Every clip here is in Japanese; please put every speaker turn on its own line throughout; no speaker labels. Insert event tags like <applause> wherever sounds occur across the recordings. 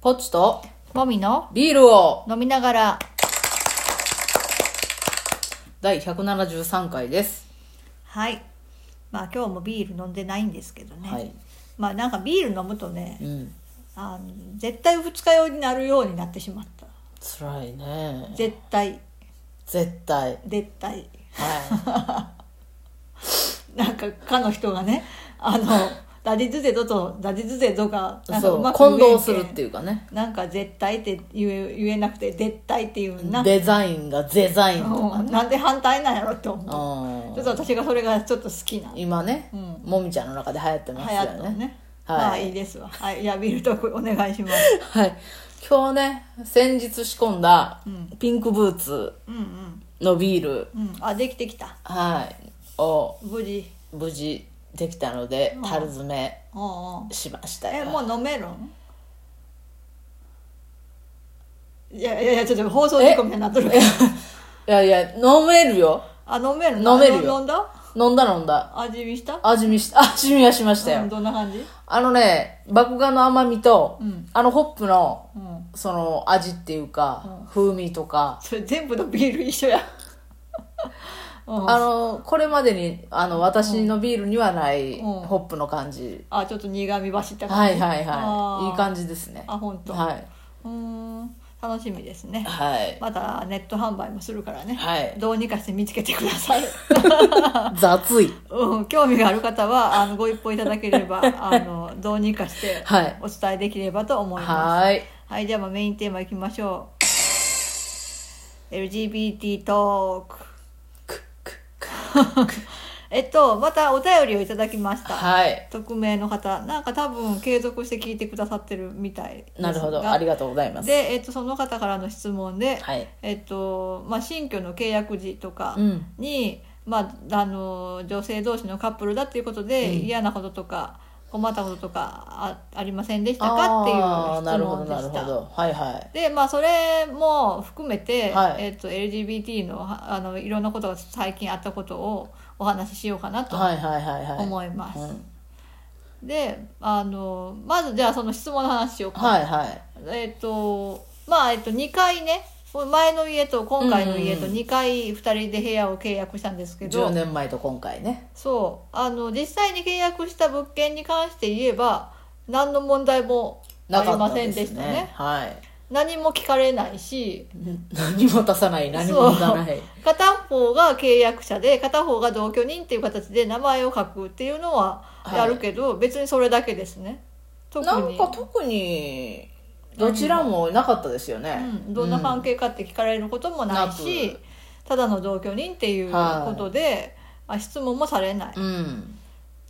ポチと
もみの
ビールを
飲みながら
第173回です。
はいまあ今日もビール飲んでないんですけどね、
はい。
まあなんかビール飲むとね
うん。
あの絶対二日酔いになるようになってしまった
辛いね。
絶対
絶対。
絶対
は。
なんかかの人がねあのダディズゼドとダディズゼドがないんか
そうう。
まく言え
混
んけん
同するっていうかね。
なんか絶対って言え言えなくて絶対っていうな
デザインがデザインとか
うん
ね。
なんで反対なんやろって思うちょっと
うん
私がそれがちょっと好きな流
今ね
うん、
もみちゃんの中で流行ってます
行
よ
ったのね
はい
まあいいですわはいいやビールトークお願いします
はい。今日ね、先日仕込んだピンクブーツ
うんうん
のビール、
うんあできてきた
はい、を
無事
無事できたので、樽詰め
おうおう
しました
え
よ。
もう飲めるんいやいやいやちょっと放送事故みたいになっとるけど
<laughs> いやいや、飲めるよ。
あ飲める
飲めるよ
飲んだ
飲んだ飲んだ。
味見した
味見した、 <laughs> 味見はしましたよ。
うんどんな感じ
あのね、麦芽の甘みと、
うん
あのホップの、
うん
その味っていうか、風味とか、
それ全部のビール一緒やうん
あの、これまでに、あの、私のビールにはない、
うん
ホップの感じ。
あちょっと苦味走った
はいはい
あ
は
ー
い。いい感じですね。
あ本当。
はい。
うーん楽しみですね
はい。
またネット販売もするからね、
はい
どうにかして見つけてく
<laughs>
ださい、
雑い。
うん、興味がある方はあのご一報いただければあのどうにかして
はい
お伝えできればと思います
はい。
はい、じゃあまあメインテーマいきましょう LGBT トーク
くくく <laughs>
えっとまたお便りをいただきました、
はい。
匿名の方なんか多分継続して聞いてくださってるみたいですが
なるほど。ありがとうございます。
で、えっと、その方からの質問で、
はい。
えっとまあ、新居の契約時とか
うん。
に、まあ、あの女性同士のカップルだっていうこと
う
で、
ん
嫌なこととか困ったこととかあありませんでしたかっていう
ああー、な
質
るほど、
問で
なる
し
ほ
た。
ど。はいはい。
でまあ、それも含めて、
はい
えっと LGBT のはあのいろんなことが最近あったことをお話ししようかなと
はいはいはいはい。
思います。
うん
であのまずじゃあその質問の話を
はいはい。
えっ、とまあえっ、と2回ね前の家と今回の家
うん
と
うん
2回2人で部屋を契約したんですけど、
10年前と今回ね
そうあの実際に契約した物件に関して言えば何の問題も
な
あ
か
り
っ
ま
た
せん
で
ですし
ね
たね
はい
何も聞かれないし
何も出さない何も出さない
片方が契約者で片方が同居人っていう形で名前を書くっていうのは
はい
やるけど、別にそれだけですね <laughs> 特に
なんか特にどちらもなかったですよね、
うん、どんな関係かって聞かれることもないし、
なく
ただの同居人っていうことで、あ質問もされない、
うん、うん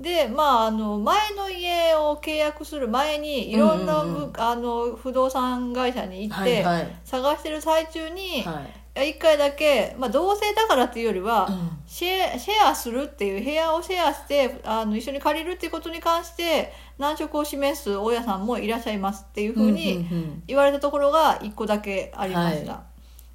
でまああの前の家を契約する前にいろんな、
うんうんうん
あの不動産会社に行っ
は
て、
いはい
探してる最中に、
はい
一回だけ、まあ、同性だからっていうよりは、
うん
シェアシェアするっていう部屋をシェアしてあの一緒に借りるっていうことに関して難色を示す大家さんもいらっしゃいますっていうふうに、
うんうん
言われたところが1個だけありました、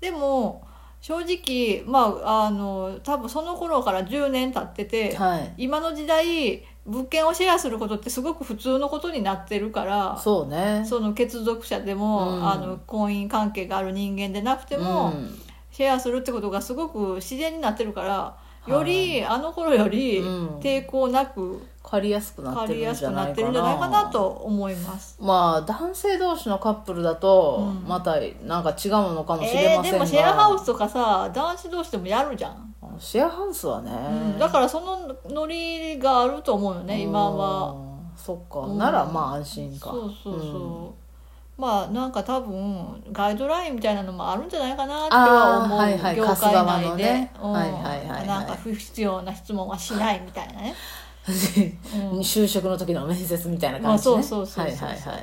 でも正直まああの多分その頃から10年経って
うん
て、
はい
今の時代物件をシェアすることってすごく普通のことになってるから
そうね
その血族者でも、
うん
あの婚姻関係がある人間でなくても、
うん
シェアするってことがすごく自然になってるから
い
より、あの頃より
うん
抵抗なく
借りやすくなっ
借
て
り
るん
やす
じゃ
く
な
なっ
い
てる
か
んじゃないかな
な
と思います。
まあ男性同士のカップルだと
うん
またなんか違うのかもしれ
え
ま
ー
せ
で
んが、
もシェアハウスとかさ男子同士でもやるじゃん、
シェアハウスはね、
うんだからそのノリがあると思うよね今は
うんそっか、
うん
ならまあ安心か
そうそうそう、まあなんか多分ガイドラインみたいなのもあるんじゃないかなっては思う、
あーはいはい
業
貸す
界
側
内
の
で、
ね
うん
はいはいはいはい
なんか不必要な質問はしないみたいな
<laughs>
ね、
う
うん
ん、
っ
就職の時の面接みたいな感じ、ね
まあそうそうそうそう
はいはいは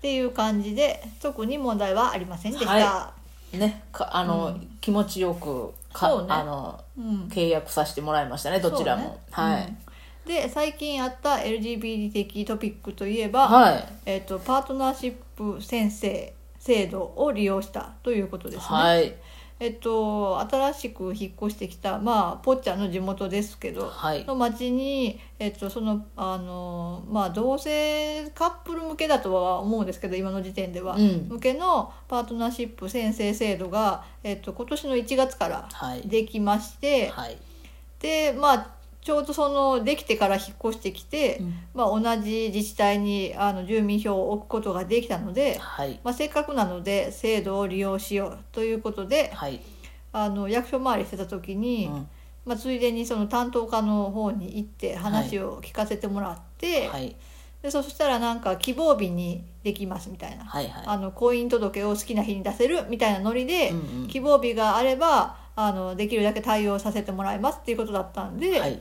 ていう感じで特に問題はありませんでした、
ははいねかあの、
う
気持ちよくか
そうね
あの
うん
契約させてもらいましたねどちらも、
そうね
はい、
うんで最近あった LGBT 的トピックといえば、
はい
えっとパートナーシップ先生制度を利用したということですね、
はい
えっと、新しく引っ越してきた、まあ、ぽっちゃんの地元ですけど、
はい。
の町に、えっと、その、あの、まあ、同性カップル向けだとは思うんですけど、今の時点では。
うん。
向けのパートナーシップ宣誓制度が、えっと、今年の1月から
はい。
できまして、
はい。
で、まあ、ちょうどその、できてから引っ越してきて、
うん
まあ、同じ自治体に、あの、住民票を置くことができたので、
はい。
まあ、せっかくなので、制度を利用しようということで、
はい。
あの、役所回りしてた
う
時に、
ん
まあ、ついでにその担当課の方に行って話を聞かせてもらって、
はい。
でそしたらなんか希望日にできますみたいな、
はい。は
あの婚姻届を好きな日に出せるみたいなノリ
い。
で
う、んうん
希望日があればあのできるだけ対応させてもらいますっていうことだったんで、
はい。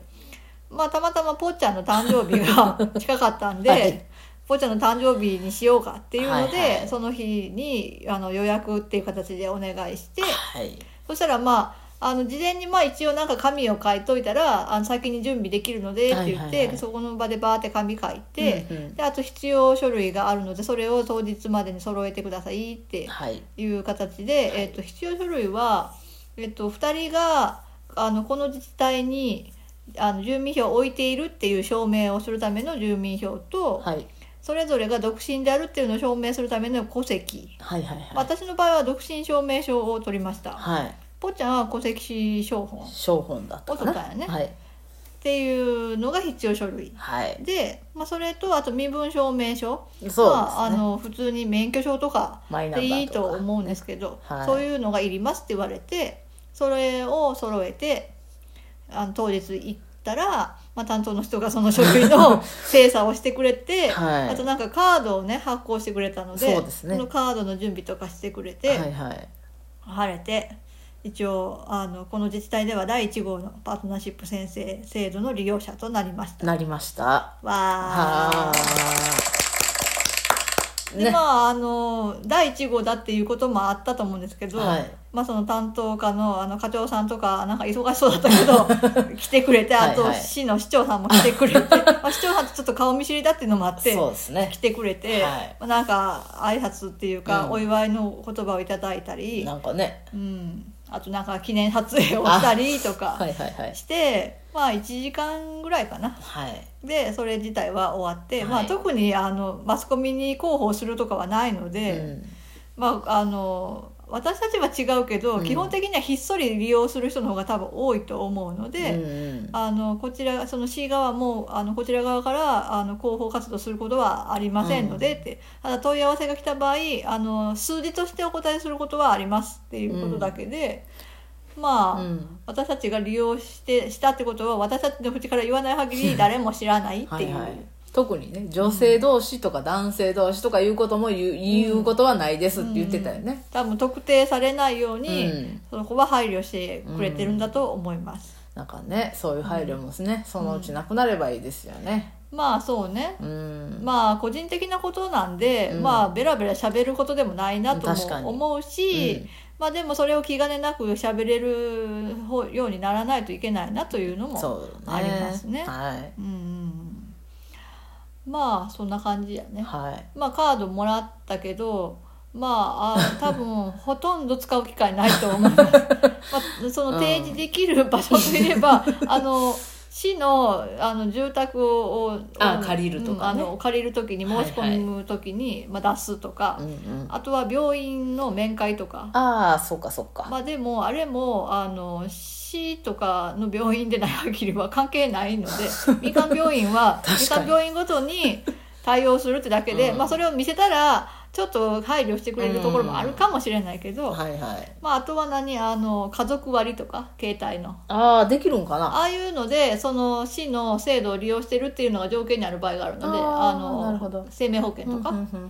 まあ、たまたまぽっちゃんの誕生日が近かったんで。
はい
ぽっちゃんの誕生日にしようかっていうので、
はいはい
その日にあの予約っていう形でお願いして、
はい。
そしたらまああの事前にまあ一応なんか紙を書いといたらあの先に準備できるのでって言って、
はいはいはい
そこの場でバーって紙書いて、
うんうん
であと必要書類があるのでそれを当日までに揃えてくださいって
はい。
いう形で、
はい
えっと必要書類は、えっと2人があのこの自治体にあの住民票を置いているっていう証明をするための住民票と、
はい。
それぞれが独身であるっていうのを証明するための戸籍、
はい。はい。はい。
私の場合は独身証明書を取りました。
はい。
ぽっちゃんは戸籍証本っ
商本だったかな。
おそうだよね
はい。
ていうのが必要書類
はい。
で、まあ、それとあと身分証明書
そうです
ま
ね。
あ、あの普通に免許証とか
マイナンバ
でいい
ー
と
とか。
思うんですけど、
はい
そういうのがいりますって言われてそれを揃えてあの当日行ったら、まあ、担当の人がその書
<laughs>
類の精査をしてくれて、
はい
あとなんかカードをね発行してくれたので
そうですね
そのカードの準備とかしてくれて、
はい。はい。
晴れて一応あのこの自治体では第1号のパートナーシップ先生制度の利用者となりました。わ
なりました。は
あ
ー
でまああの第1号だっていうこともあったと思うんですけど、
はい
まあ、その担当課のあの課長さんとかなんか忙しそうだったけ
<laughs>
ど来てくれてあと
はいはい
市の市長さんも来て
<laughs>
くれてまあ市長さんとちょっと顔見知りだっていうのもあって
そうですね
来。てくれて、
はい
まあなんか挨拶っていうか、
うん
お祝いの言葉をいただいたり、
なんかね。
うん、あとなんか記念撮影をしたりとか。
はい。はい。はい。
して、まあ1時間ぐらいかな
はい。で
でそれ自体は終わって、
はい
まあ、特にあのマスコミに広報するとかはないので、
うん
まああの私たちは違うけど、
うん
基本的にはひっそり利用する人の方が多分多いと思うので、
うんうん
あのこちらその C 側もあのこちら側からあの広報活動することはありませんので、ってただ問い合わせが来た場合あの数字としてお答えすることはありますっていうことだけで、まあ、
うん
私たちが利用してしたってことは私たちの口から言わない限り誰も知らないっ
は
てい
い
う。
はい、特にね女性同士とか男性同士とかいうことも言う,、言うことはないですって言ってたよね、
多分特定されないよう
うん
に、その子は配慮してくれてるんだと思います、
なんかねそういう配慮もね、そのうちなくなればいいですよね
まあそうね
うん、
まあ個人的なことなんで、
うん
まあベラベラ喋ることでもないなと
確かに
も思うし、
うん
まあでもそれを気兼ねなく喋れる方ようにならないといけないなというのも
そうね
ありますね
はい
うんうんうんまあそんな感じやね
はい
まあカードもらったけどまああ多分ほとんど使う機会ないと
<laughs>
思います、まあ、その提示できる場所といえば、あの市のあの住宅を
あ借りるとかね
うんあの借りる時に申し込む時に、まあ、出すとか、
うんうん、
あとは病院の面会とか
ああそうかそうか、
まあでもあれもあの市とかの病院でない限りは関係ないので
<laughs>
民間病院は
確かに
民間病院ごとに対応するってだけで、
うん
まあそれを見せたらちょっと配慮してくれるところもあるかもしれないけど、
はいはい
まああとは何あの家族割とか携帯の。
ああできるんかな
ああいうのでその市の制度を利用してるっていうのが条件になる場合があるので
あー
あ
なるほど
の生命保険とか、
うんうん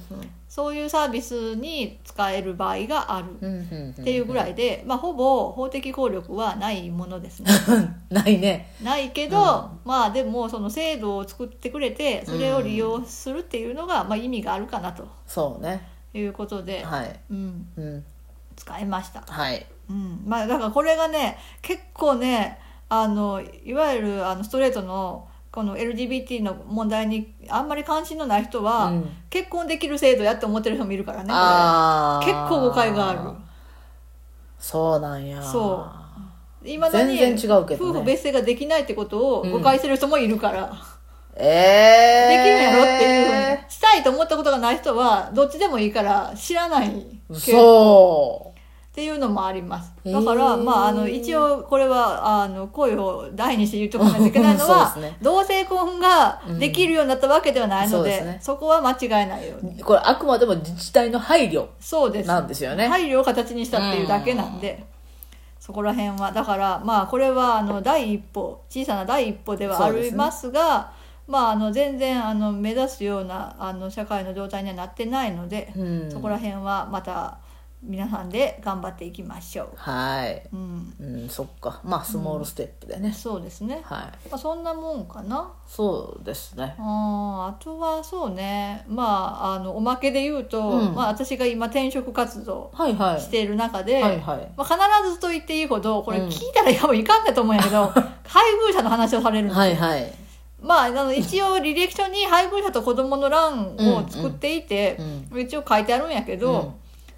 そういうサービスに使える場合がある
うんうんうんん
っていうぐらいで、まあ、ほぼ法的効力はないものですね。
<laughs> ないね
ないけど、
うん
まあでもその制度を作ってくれてそれを利用するっていうのが、まあ、意味があるかなと
そうね
いうことで、
はい
うん、
うん
使いました。
はい
うんまあ、だからこれがね結構ねあのいわゆるあのストレートのこの LGBT の問題にあんまり関心のない人は、
うん
結婚できる制度やって思ってる人もいるからねこれ
ああ
結構誤解がある。
そうなんや
そ今だに
全然違うけどね
夫婦別姓ができないってことを誤解する人もいるから、
ええ
できるんやろっていうふうにしたいと思ったことがない人はどっちでもいいから知らないけど
そ
っていうのもあります
へ
だ
ー
から、まあ、あの一応これはあの声を大にして言っとかないといけないのは、
そうですね
同性婚ができるようになったわけではない
うんそ
の
うで
で,、
す
そ
ね
こは間違えないように
うこれあくまでも自治体の配慮
そうです
なんですよね
配慮を形にしたっていうだけなんで、そこら辺はだからまあこれはあの第一歩小さな第一歩ではあ
そうです
り
ね
ますがまああの全然あの目指すようなあの社会の状態にはなってないので、
うん
そこら辺はまた皆さんで頑張っていきましょ
はい、
う。うん、
うん、そっかまあスモールステップでね、
そうですね。
はい
まあ、そんなもんかな。
そうですね
あーあとはそうねまああのおまけで言うと、
うん
まあ、私が今転職活動
はいはい
している中で、
はいはい
まあ、必ずと言っていいほどこれ
うん
聞いたらやばいかんだと思うんやけ
<laughs>
ど、配偶者の話をされるんですよ
はいはい、
まああの一応履歴書に配偶者と子供の欄を作っていて
う、ん、
一応書いてあるんやけど、
うん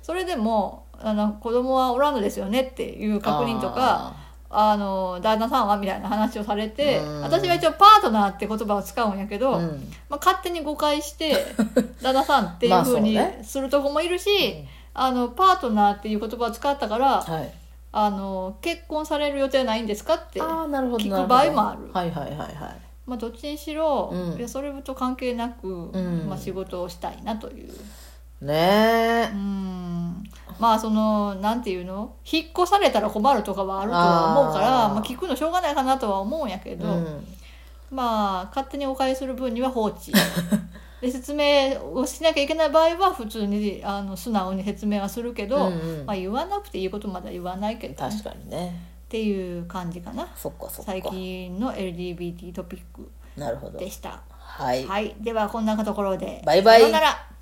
それでもあの子供はおらんのですよねっていう確認とか
あ
あの旦那さんはみたいな話をされて
うん
私は一応パートナーって言葉を使うんやけど、
ーうん
まあ、勝手に誤解して
<laughs>
旦那さんってい
まあ
うふうに
そうね
するとこもいるし、あのパートナーっていう言葉を使ったから
はい
あの結婚される予定ないんですかって
ああなるほど
聞く
なるほど
場合もある
はいはいはいはい
まあ、どっちにしろ、
うん
いやそれと関係なく、
ん
まあ、仕事をしたいなという。
ね
う
え
んまあそのなんていうの引っ越されたら困るとかはあるとは思うから
あー
まあ、聞くのしょうがないかなとは思うんやけど、
うん
まあ勝手にお借りする分には放
<laughs>
置で説明をしなきゃいけない場合は普通にあの素直に説明はするけど、
うんうん
まあ、言わなくていいことまでは言わないけど、ね、
確かにね
っていう感じかな
そっかそっか
最近の LGBT トピック
なるほど
でした。
はい
はい、ではこんなところで
バイバイ
さようなら